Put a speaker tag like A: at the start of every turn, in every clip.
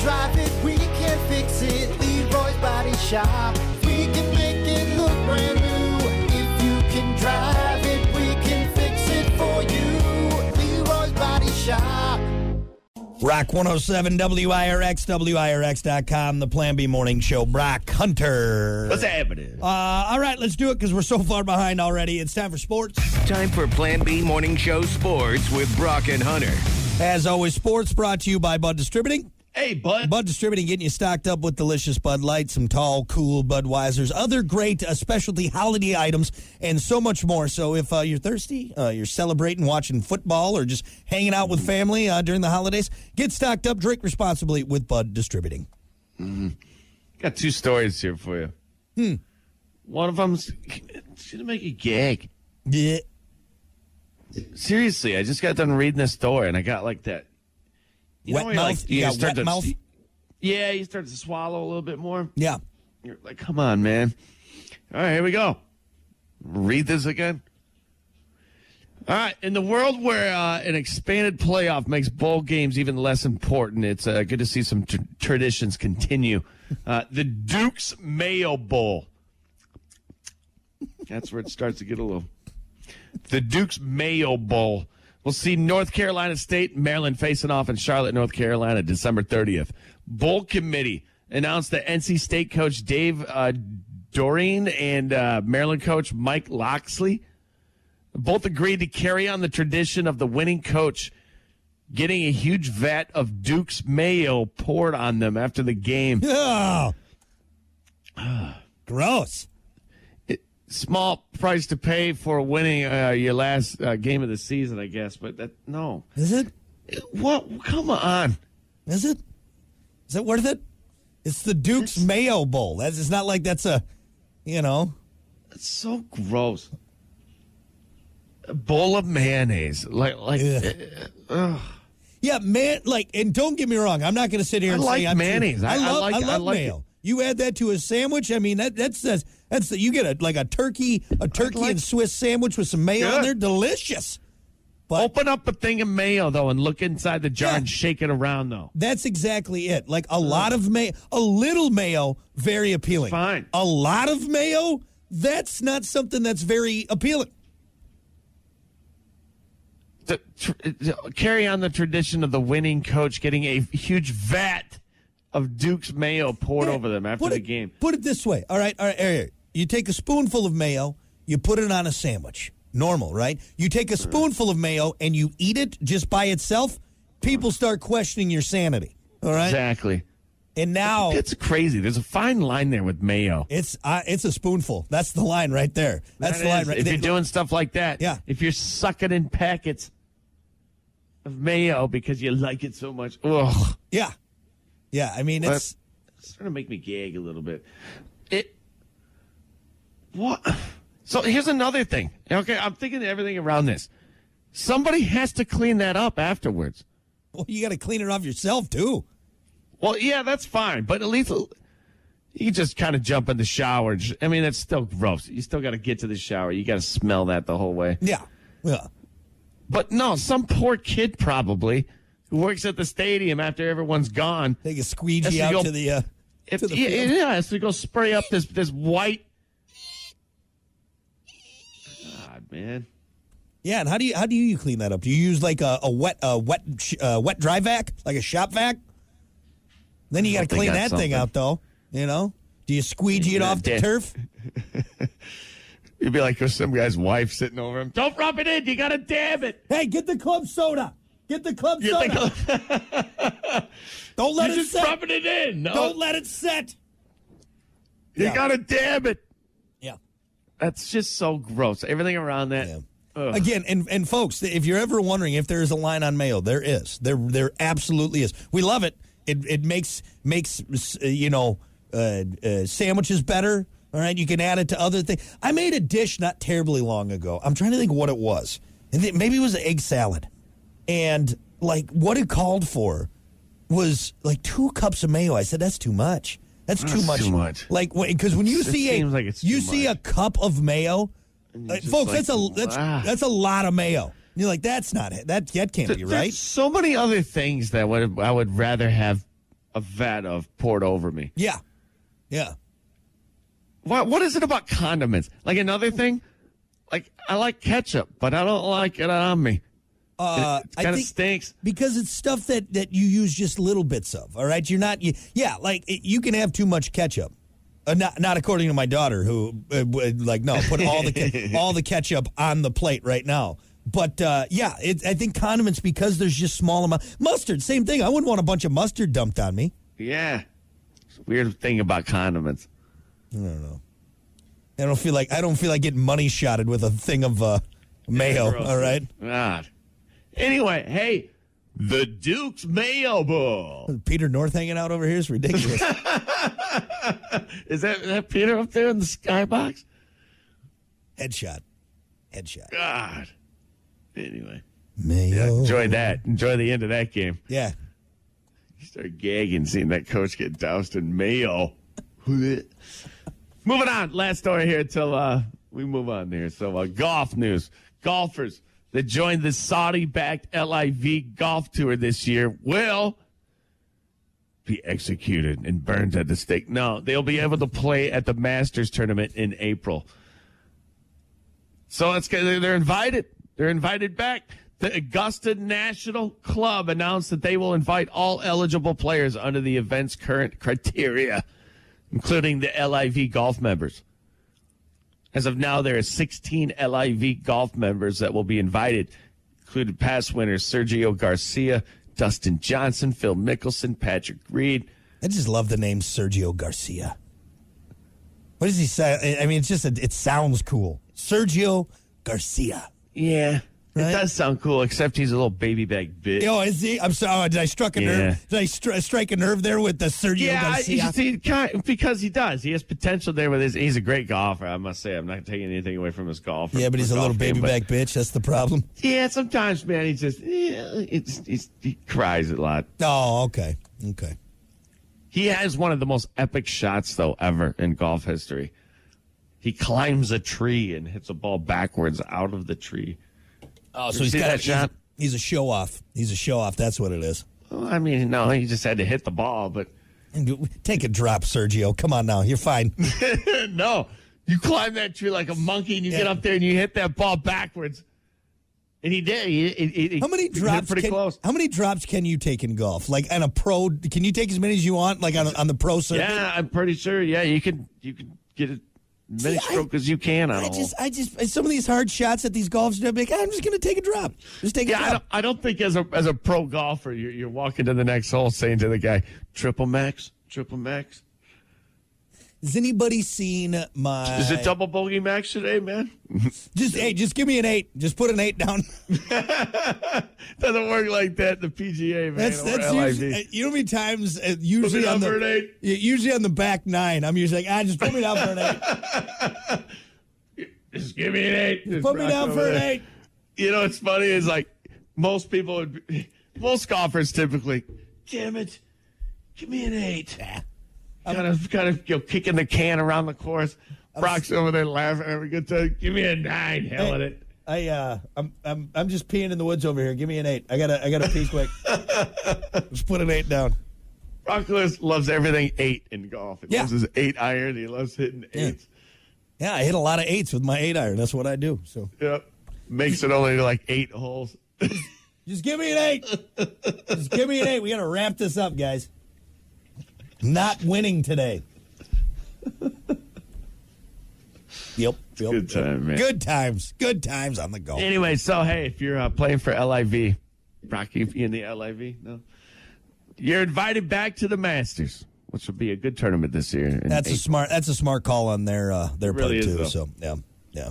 A: drive it, we can fix it. Leroy's Body Shop. We can make it look brand new. If you can drive it, we can fix it for you. Leroy's Body Shop.
B: Rock 107 WIRX, WIRX.com, the Plan B Morning Show. Brock Hunter.
C: What's happening?
B: Uh, all right, let's do it because we're so far behind already. It's time for sports.
D: Time for Plan B Morning Show Sports with Brock and Hunter.
B: As always, sports brought to you by Bud Distributing.
C: hey, bud.
B: Bud Distributing getting you stocked up with delicious Bud Light, some tall, cool Budweisers, other great uh, specialty holiday items, and so much more. So if uh, you're thirsty, uh, you're celebrating, watching football, or just hanging out with family uh, during the holidays, get stocked up, drink responsibly with Bud Distributing.
C: Got two stories here for you. Hmm. One of them's it's gonna make you gag.
B: Yeah.
C: Seriously, I just got done reading this story and I got like that. You
B: Wet
C: when you're,
B: mouth? You got
C: start
B: wet
C: to-
B: mouth?
C: Yeah, you start to swallow a little bit more.
B: Yeah.
C: You're like, come on, man. All right, here we go. Read this again. All right, in the world where uh, an expanded playoff makes bowl games even less important, it's uh, good to see some tr- traditions continue. Uh, the Duke's Mayo Bowl. That's where it starts to get a little. The Duke's Mayo Bowl. We'll see North Carolina State, and Maryland facing off in Charlotte, North Carolina, December 30th. Bowl committee announced that NC State coach Dave uh, Doreen and uh, Maryland coach Mike Loxley both agreed to carry on the tradition of the winning coach getting a huge vat of Duke's Mayo poured on them after the game.
B: Oh. Gross.
C: Small price to pay for winning uh, your last uh, game of the season, I guess, but that no.
B: Is it?
C: What? Come on.
B: Is it? Is it worth it? It's the Duke's Mayo Bowl. That's it's not like that's a, you know.
C: It's so gross. A bowl of mayonnaise. Like, like
B: Ugh.
C: Uh,
B: Yeah, man. Like, and don't get me wrong. I'm not going to sit here
C: I
B: and
C: like
B: say I'm too-
C: mayonnaise. I-
B: I
C: I
B: love,
C: like- I
B: love
C: like
B: mayo. You add that to a sandwich. I mean, that that's that's, that's the, you get a like a turkey, a turkey
C: like-
B: and Swiss sandwich with some mayo on
C: Yeah.
B: there. Delicious. But
C: open up a thing of mayo though, and look inside the jar
B: Yeah.
C: and shake it around though.
B: That's exactly it. Like a lot of mayo, a little mayo, very appealing.
C: Fine.
B: A lot of mayo, that's not something that's very appealing.
C: The, tr- uh, carry on the tradition of the winning coach getting a huge vat of Duke's mayo poured
B: Yeah.
C: over them after
B: Put
C: the
B: it-
C: game.
B: Put it this way. All right, all right, all right. You take a spoonful of mayo, you put it on a sandwich. Normal, right? You take a spoonful of mayo and you eat it just by itself, people start questioning your sanity. All right?
C: Exactly.
B: And now
C: That's crazy. There's a fine line there with mayo.
B: it's uh, it's a spoonful. That's the line right there. That's
C: That
B: the line
C: is,
B: right
C: If
B: there.
C: you're doing stuff like that,
B: Yeah.
C: If you're sucking in packets of mayo because you like it so much, ugh.
B: yeah. Yeah, I mean it's
C: it's starting to make me gag a little bit. It what? So here's another thing. Okay, I'm thinking of everything around this. Somebody has to clean that up afterwards.
B: well, you got to clean it off yourself too.
C: Well, yeah, that's fine, but at least you just kind of jump in the shower. and sh- I mean, that's still gross. You still got to get to the shower. You got to smell that the whole way.
B: Yeah. Yeah.
C: But no, some poor kid probably who works at the stadium after everyone's gone
B: Take a
C: That's
B: squeegee
C: the
B: out
C: old-
B: to the uh
C: If,
B: to the
C: yeah,
B: field.
C: yeah, has to go spray up this this white. God, man.
B: Yeah, and how do you how do you clean that up? Do you use like a, a wet a wet sh- uh, wet dry vac, like a shop vac? Then you got to
C: they
B: clean
C: got
B: that thing
C: something.
B: out though. You know, do you squeegee it
C: Yeah,
B: off the
C: yeah.
B: turf?
C: You'd be like there's some guy's wife sitting over him. Don't rub it in. You gotta dab it.
B: Hey, get the club soda. Get the club
C: You
B: soda.
C: think you're
B: Don't let it
C: just
B: set.
C: rubbing it in. No,
B: Don't let it set.
C: you
B: Yeah.
C: gotta dab it.
B: Yeah.
C: That's just so gross. Everything around that.
B: Yeah.
C: Ugh.
B: Again, and, and folks, if you're ever wondering if there is a line on mayo, there is. There there absolutely is. We love it. It it makes makes uh, you know uh, uh, sandwiches better. All right, you can add it to other things. I made a dish not terribly long ago. I'm trying to think what it was. And it- Maybe it was an egg salad, and like what it called for was like two cups of mayo. I said that's too much. That's too
C: That's
B: much.
C: too much.
B: Like because when you
C: It
B: see a
C: seems like it's
B: you
C: too
B: see
C: much.
B: a cup of mayo,
C: And
B: uh,
C: it's just
B: folks,
C: like,
B: that's a that's
C: ah.
B: that's a lot of mayo. And you're like, that's not it. That that can't be
C: There's
B: right.
C: so many other things that would I would rather have a vat of poured over me.
B: Yeah. Yeah.
C: What what is it about condiments? Like another thing, like I like ketchup, but I don't like it on me.
B: Uh,
C: It kind
B: I
C: of
B: think
C: stinks.
B: because it's stuff that that you use just little bits of. All right, you're not. You, yeah, like it, you can have too much ketchup. Uh, not not according to my daughter, who uh, would, like no, put all the ke- all the ketchup on the plate right now. But uh, yeah, it, I think condiments because there's just small amount mustard. Same thing. I wouldn't want a bunch of mustard dumped on me.
C: Yeah, it's a weird thing about condiments.
B: I don't feel like I don't feel like getting money shotted with a thing of uh, mayo.
C: gross.
B: all right,
C: God. Anyway, hey, the Duke's Mayo Bowl.
B: Peter North hanging out over here is ridiculous.
C: Is that, is that Peter up there in the skybox?
B: Headshot, headshot.
C: God. Anyway,
B: Mayo.
C: enjoy that. Enjoy the end of that game.
B: Yeah.
C: You start gagging seeing that coach get doused in mayo. Moving on. Last story here till uh, we move on here. So, uh, golf news. Golfers that joined the Saudi backed LIV golf tour this year will be executed and burned at the stake. No, they'll be able to play at the Masters tournament in April. So it's they're they're invited. They're invited back. The Augusta National Club announced that they will invite all eligible players under the event's current criteria, including the LIV golf members. As of now, there are 16 LIV golf members that will be invited, including past winners Sergio Garcia, Dustin Johnson, Phil Mickelson, Patrick Reed.
B: I just love the name Sergio Garcia. What does he say? I I mean, it's just a, it sounds cool. Sergio Garcia.
C: Yeah,
B: Right.
C: it does sound cool, except he's a little baby bag bitch.
B: Oh, is he? I'm sorry. oh, Did I struck a
C: Yeah.
B: nerve? Did I stri- strike a nerve there with the Sergio
C: Yeah, I,
B: Garcia?
C: you see, kind- because he does. He has potential there with his. He's a great golfer. I must say, I'm not taking anything away from his golf.
B: yeah, but he's a
C: golf
B: little
C: game,
B: baby
C: but-
B: back bitch. That's the problem.
C: Yeah, sometimes, man, he just eh, it's, it's he cries a lot.
B: Oh, okay, okay.
C: He has one of the most epic shots though ever in golf history. He climbs a tree and hits a ball backwards out of the tree.
B: Oh,
C: You
B: so he's
C: see
B: got
C: that
B: a, he's-
C: shot?
B: He's, a show off. He's a show off. That's what it is.
C: Well, I mean, no, he just had to hit the ball, but
B: Take a drop, Sergio. Come on now, you're fine.
C: no, you climb that tree like a monkey and you get
B: Yeah.
C: up there and you hit that ball backwards. And he did. He, he, he-
B: How many
C: he hit
B: drops?
C: Pretty
B: can,
C: close.
B: How many drops can you take in golf? Like on a pro, can you take as many as you want? Like on on the pro circuit?
C: Yeah, I'm pretty sure. Yeah, you can you can get as many
B: See, I-
C: stroke as you can on
B: I
C: a hole.
B: just, I just, some of these hard shots at these golfs, I'm like, I'm just going to take a drop. Just take a
C: Yeah, I don't,
B: drop.
C: I don't think as a as a pro golfer, you're, you're walking to the next hole saying to the guy, triple max, triple max.
B: Has anybody seen my?
C: Is it double bogey max today, man?
B: Just hey, just give me an eight. Just put an eight down.
C: Doesn't work like that in the PGA, man.
B: That's
C: or
B: that's
C: LIV.
B: usually, uh, you know how many times uh, usually
C: down
B: on
C: for an
B: the
C: eight.
B: yeah, usually on the back nine. I'm usually like, ah, just put me down for an eight.
C: Just give me an eight. Just
B: Put me
C: rock
B: down
C: over
B: for an
C: there.
B: eight.
C: You know, what's funny is like most people would, be, most golfers typically, damn it, give me an eight. Kind of, kind of, you know, kicking the can around the course. Brock's over there laughing every good time. Give me a nine, hell in it.
B: I uh, I'm I'm I'm just peeing in the woods over here. Give me an eight. I gotta I gotta pee quick. just put an eight down.
C: Brock Lewis loves everything eight in golf. He
B: Yeah.
C: loves his eight iron. He loves hitting eights.
B: Yeah, I hit a lot of eights with my eight iron. That's what I do. So
C: Yep. Makes it only to like eight holes.
B: just give me an eight. just give me an eight. We gotta wrap this up, guys. Not winning today. yep. yep.
C: Good time, man.
B: Good times. Good times on the golf.
C: Anyway, so hey, if you're uh, playing for LIV, Rocky you in the LIV, no, you're invited back to the Masters, which will be a good tournament this year. in
B: That's a
C: April.
B: smart. That's a smart call on their uh, their
C: really
B: part
C: is,
B: too.
C: though.
B: So yeah,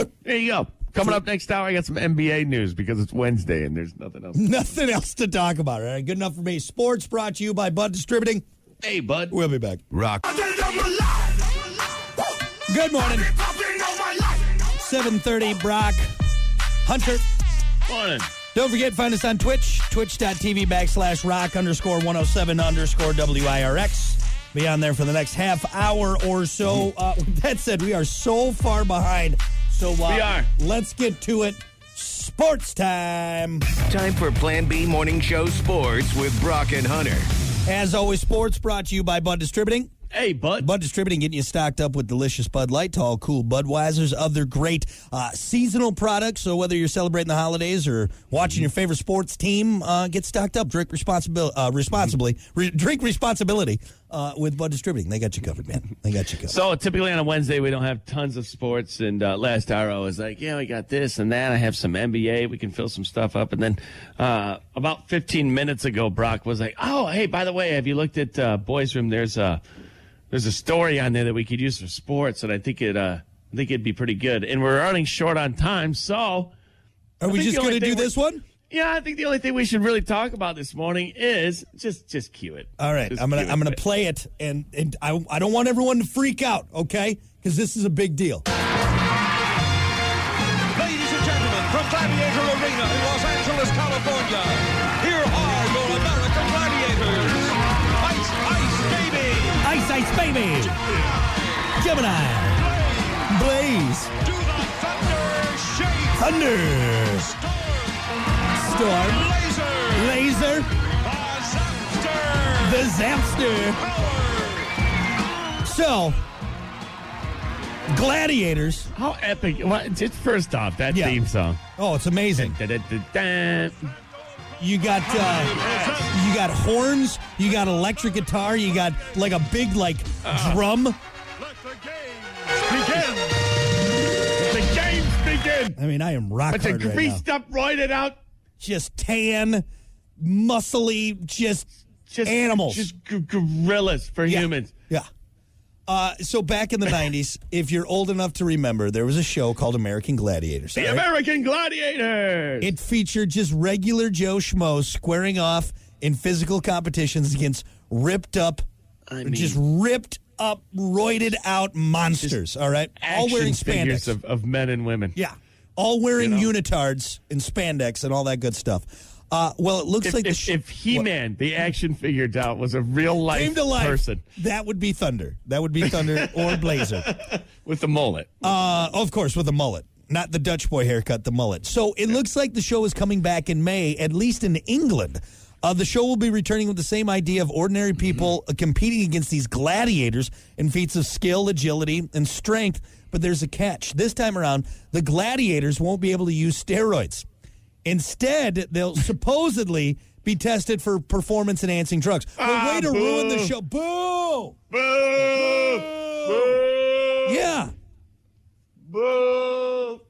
B: yeah.
C: there you go. Coming up next hour, I got some NBA news because it's Wednesday and there's nothing else.
B: Nothing else to talk about. All right, good enough for me. Sports brought to you by Bud Distributing.
C: hey, bud.
B: We'll be back.
D: Rock.
B: Good morning. 7:30. Brock Hunter.
C: Morning.
B: Don't forget, find us on Twitch, twitch.tv backslash rock underscore 107 underscore WIRX. Be on there for the next half hour or so. Uh, with that said, we are so far behind. So uh,
C: We are.
B: let's get to it. sports time.
D: Time for Plan B Morning Show Sports with Brock and Hunter.
B: As always, sports brought to you by Bud Distributing.
C: Hey, bud.
B: Bud Distributing getting you stocked up with delicious Bud Light, tall, cool Budweisers, other great uh, seasonal products. So whether you're celebrating the holidays or watching your favorite sports team, uh, get stocked up. Drink responsibil- uh, responsibly. Re- drink responsibility uh, with Bud Distributing. They got you covered, man. They got you covered.
C: So typically on a Wednesday we don't have tons of sports, and uh, last hour I was like, yeah, we got this and that. I have some NBA. We can fill some stuff up, and then uh, about 15 minutes ago, Brock was like, oh, hey, by the way, have you looked at uh, Boys Room? There's a there's a story on there that we could use for sports, and I think it uh, I think it'd be pretty good. And we're running short on time, so
B: Are we
C: think
B: just
C: the
B: going
C: only
B: to do
C: thing we-
B: this one?
C: yeah, I think the only thing we should really talk about this morning is just just cue it.
B: All right,
C: Just
B: I'm gonna
C: cue
B: I'm
C: it.
B: gonna play it, and and I I don't want everyone to freak out, okay? Because this is a big deal.
E: Ladies and gentlemen, from Gladiator Arena in Los Angeles, California, here are your American Gladiators. Ice Ice Baby,
B: Ice Ice Baby, Gemini, Blaze,
E: do the thunder shake,
B: Thunder,
E: storm,
B: Storm, Laser,
E: laser, Bazapter,
B: the Zapster.
E: power.
B: So, Gladiators.
C: How epic! What, just first off, that
B: Yeah.
C: theme song.
B: Oh, it's amazing.
C: Da-da-da-da.
B: You got uh, you got horns. You got electric guitar. You got like a big like drum.
E: Let the game begin.
C: The games begin.
B: I mean, I am rock
C: It's a
B: hard right now.
C: greased up, roided out,
B: just tan, muscly, just,
C: just
B: animals.
C: just g- gorillas for
B: Yeah.
C: humans.
B: Yeah. Uh, so back in the '90s, if you're old enough to remember, there was a show called American Gladiators.
C: The
B: all right?
C: American gladiators.
B: It featured just regular Joe Schmo squaring off in physical competitions against ripped up,
C: mean-
B: just ripped up, roided out monsters. All right, all
C: Action
B: wearing
C: figures
B: spandex.
C: of, of men and women.
B: yeah, all wearing unitards and spandex and all that good stuff. Uh, well, it looks
C: If,
B: like the
C: if,
B: sh-
C: if He-Man, the action figure doll, was a real life
B: came to life,
C: person
B: that would be Thunder. That would be Thunder or Blazer.
C: with the mullet,
B: Uh, of course, with a mullet. Not the Dutch boy haircut, the mullet. So it looks like the show is coming back in May, at least in England. Uh, the show will be returning with the same idea of ordinary
C: Mm-hmm.
B: people uh, competing against these gladiators in feats of skill, agility, and strength. But there's a catch. This time around, the gladiators won't be able to use steroids. Instead, they'll supposedly be tested for performance enhancing drugs.
C: Ah,
B: Well, way to ruin the
C: boo.
B: show. Boo!
C: Boo! Boo!
B: Yeah.
C: Boo!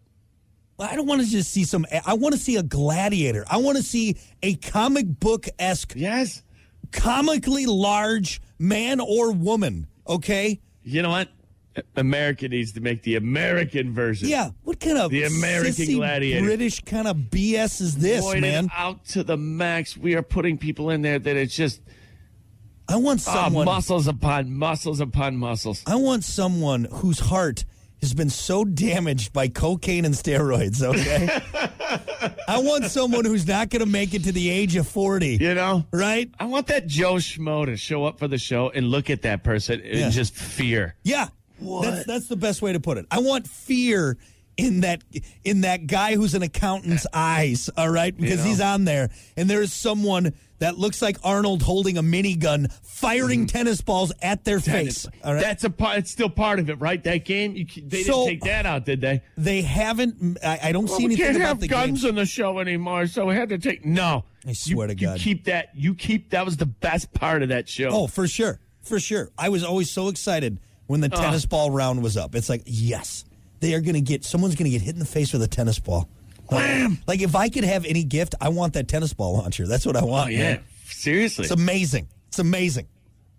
B: I don't want to just see some. I want to see a gladiator. I want to see a comic book esque,
C: Yes.
B: comically large man or woman. Okay,
C: You know what? America needs to make the American version.
B: yeah. What kind of
C: The American
B: sissy
C: gladiator.
B: British kind of BS is this,
C: Exploited
B: man?
C: out to the max. We are putting people in there that it's just
B: I want
C: ah,
B: someone.
C: muscles upon muscles upon muscles.
B: I want someone whose heart has been so damaged by cocaine and steroids. Okay, I want someone who's not going to make it to the age of forty.
C: You know?
B: Right?
C: I want that Joe Schmo to show up for the show and look at that person and
B: Yeah.
C: just fear.
B: Yeah. That's, that's the best way to put it. I want fear in that in that guy who's an accountant's eyes, all right? Because
C: know.
B: he's on there and there is someone that looks like Arnold holding a minigun firing
C: Mm-hmm.
B: tennis balls at their face. All right?
C: That's a part. It's still part of it, right? That game. You, c- they
B: So-
C: didn't take that out, did they?
B: they haven't I, I don't see
C: we
B: anything
C: can't
B: about
C: have
B: the
C: guns
B: games.
C: on the show anymore, so we had to take. No,
B: I swear to
C: you,
B: God.
C: you keep that. You keep that was the best part of that show.
B: Oh, for sure. For sure. I was always so excited when the tennis ball round was up. It's like, yes, they are going to get, someone's going to get hit in the face with a tennis ball. Wham! Like, if I could have any gift, I want that tennis ball launcher. That's what I want.
C: Oh, yeah,
B: man.
C: seriously.
B: It's amazing. It's amazing.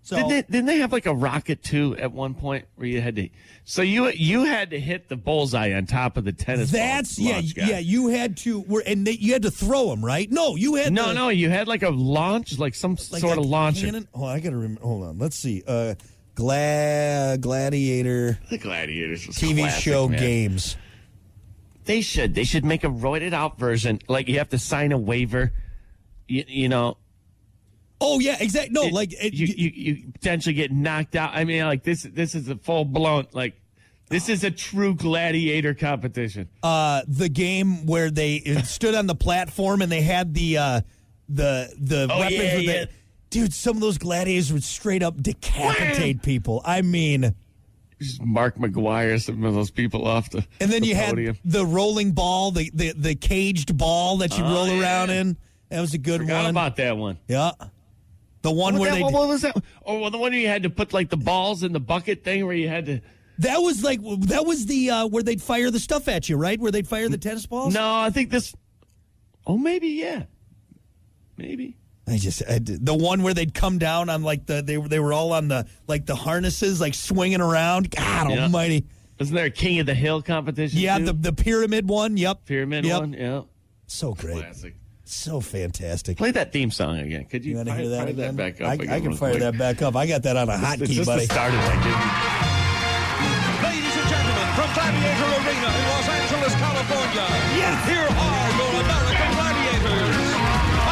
B: So,
C: Didn't they, didn't they have like a rocket too at one point where you had to? So you you had to hit the bullseye on top of the tennis. ball
B: that's, yeah,
C: launch guy.
B: yeah, you had to, were, and they, you had to throw them, right? No, you had
C: No,
B: to.
C: no, you had like a launch, like some
B: like
C: sort
B: a
C: of launcher.
B: cannon- Oh, I got to remember. Hold on. Let's see. Uh, gla- Gladiator
C: The Gladiators was
B: TV
C: classic,
B: show
C: man.
B: games.
C: They should. They should make a roided out version. Like you have to sign a waiver. You, you know,
B: Oh, yeah, exactly. No,
C: it-
B: like, it,
C: you, you, you potentially get knocked out. I mean, like this this is a full blown like This is a true gladiator competition.
B: uh, the game where they stood on the platform and they had the uh, the the
C: Oh,
B: weapons.
C: yeah,
B: with
C: yeah.
B: The, dude, some of those gladiators would straight up decapitate people. I mean,
C: Mark McGuire, some of those people off the
B: and then
C: the
B: you had
C: podium.
B: the rolling ball, the the, the caged ball that you roll around in. That was a good
C: Oh, Forgot
B: one.
C: about that one.
B: yeah, the one
C: What,
B: where
C: that-
B: they
C: what was that? Oh, well, the one you had to put like the balls in the bucket thing where you had to.
B: that was like that was the uh, where they'd fire the stuff at you, right? Where they'd fire the tennis balls.
C: No, I think this. Oh, maybe yeah, maybe.
B: I just I, did- the one where they'd come down on like the they were they were all on the like the harnesses like swinging around. God
C: Yeah.
B: Almighty!
C: Isn't there a King of the Hill competition?
B: Yeah,
C: too?
B: the the pyramid one. Yep,
C: pyramid
B: yep.
C: one. Yeah,
B: So great,
C: classic.
B: so fantastic.
C: Play that theme song again. Could you,
B: You want to
C: fire,
B: hear that
C: fire
B: again?
C: that back up?
B: I,
C: again
B: I can
C: real
B: fire
C: quick?
B: that back up. I got that on a
C: It's
B: hotkey,
C: just
B: buddy.
C: the start of that. didn't it?
E: Ladies and gentlemen, from Gladiator Arena in Los Angeles, California,
B: Yes.
E: here are your American Gladiators.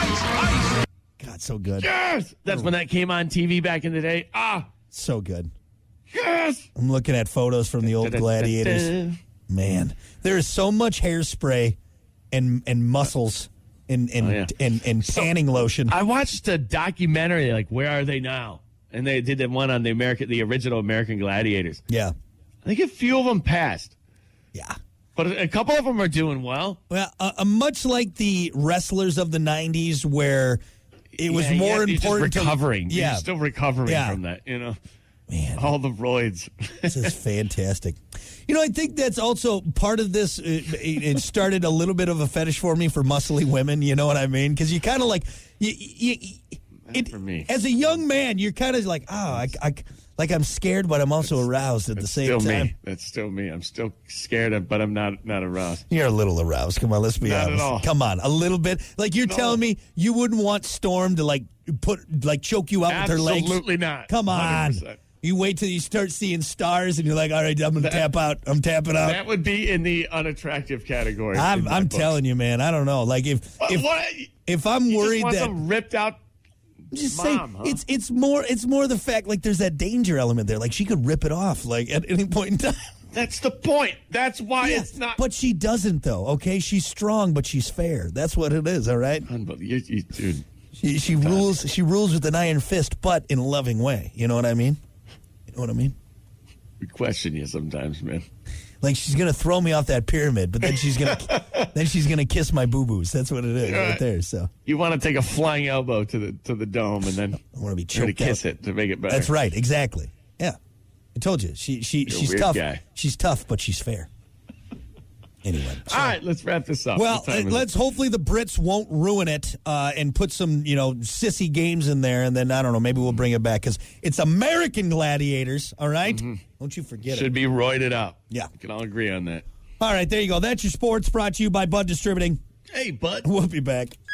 E: Ice, ice.
B: God, so good,
C: Yes!
B: Oh.
C: That's when that came on TV back in the day. Ah,
B: so good.
C: yes!
B: I'm looking at photos from the old gladiators. Man, there is so much hairspray and and muscles and and
C: Oh, yeah.
B: and, and tanning lotion.
C: I watched a documentary, like, Where Are They Now? And they did that one on the American, the original American Gladiators.
B: yeah,
C: I think a few of them passed,
B: yeah.
C: but a a couple of them are doing well.
B: Well, uh, uh, much like the wrestlers of the '90s, where it was
C: Yeah, yeah,
B: more
C: you're just
B: important
C: recovering.
B: to
C: Yeah.
B: yeah,
C: You're still recovering
B: Yeah.
C: from that, you know?
B: man,
C: All the roids.
B: this is fantastic. You know, I think that's also part of this. It, it it started a little bit of a fetish for me for muscly women. You know what I mean? Because you kind of like you. you, you- it,
C: for me.
B: As a young man, you're kind of like, oh, I, I- like I'm scared, but I'm also aroused at the same
C: still
B: time.
C: me. That's still me. I'm still scared, of, but I'm not not aroused.
B: You're a little aroused. Come on, let's be
C: Not at
B: honest.
C: all.
B: Come on, a little bit. Like you're telling me you wouldn't want Storm to like put like choke you out with her legs.
C: Absolutely not.
B: Come on.
C: 100%.
B: You wait till you start seeing stars and you're like, all right, I'm gonna tap out. I'm tapping out.
C: That would be in the unattractive category. in
B: I'm
C: my
B: I'm
C: book.
B: telling you, man. I don't know. Like if
C: What-
B: if
C: what?
B: if I'm
C: You
B: worried
C: just want
B: that
C: some ripped out.
B: just
C: mom,
B: say
C: huh?
B: it's it's more it's more the fact like there's that danger element there. Like she could rip it off like at any point in time.
C: That's the point. That's why
B: Yeah,
C: it's not.
B: But she doesn't though. Okay, she's strong, but she's fair. That's what it is. All right.
C: Unbel- you- you- dude,
B: She, she rules. She rules with an iron fist, but in a loving way. You know what I mean? You know what I mean?
C: we question you sometimes, man.
B: Like she's gonna throw me off that pyramid, but then she's gonna then she's gonna kiss my boo boos. That's what it is right there. So
C: You want to take a flying elbow to the to the dome and then
B: I want to be
C: try to
B: choked
C: kiss
B: out.
C: it to make it better.
B: That's right. Exactly. Yeah. I told you. She she
C: a
B: she's
C: weird
B: tough.
C: guy.
B: She's tough, but she's fair. Anyway.
C: All right, let's wrap this up.
B: Well,
C: What time
B: uh,
C: is it?
B: let's hopefully the Brits won't ruin it uh, and put some you know sissy games in there, and then I don't know, maybe we'll bring it back because it's American gladiators. All right? don't you forget it.
C: Mm-hmm. should be roided up.
B: Yeah.
C: we can all agree on that.
B: All right, there you go. That's your sports brought to you by Bud Distributing.
C: Hey, bud.
B: We'll be back.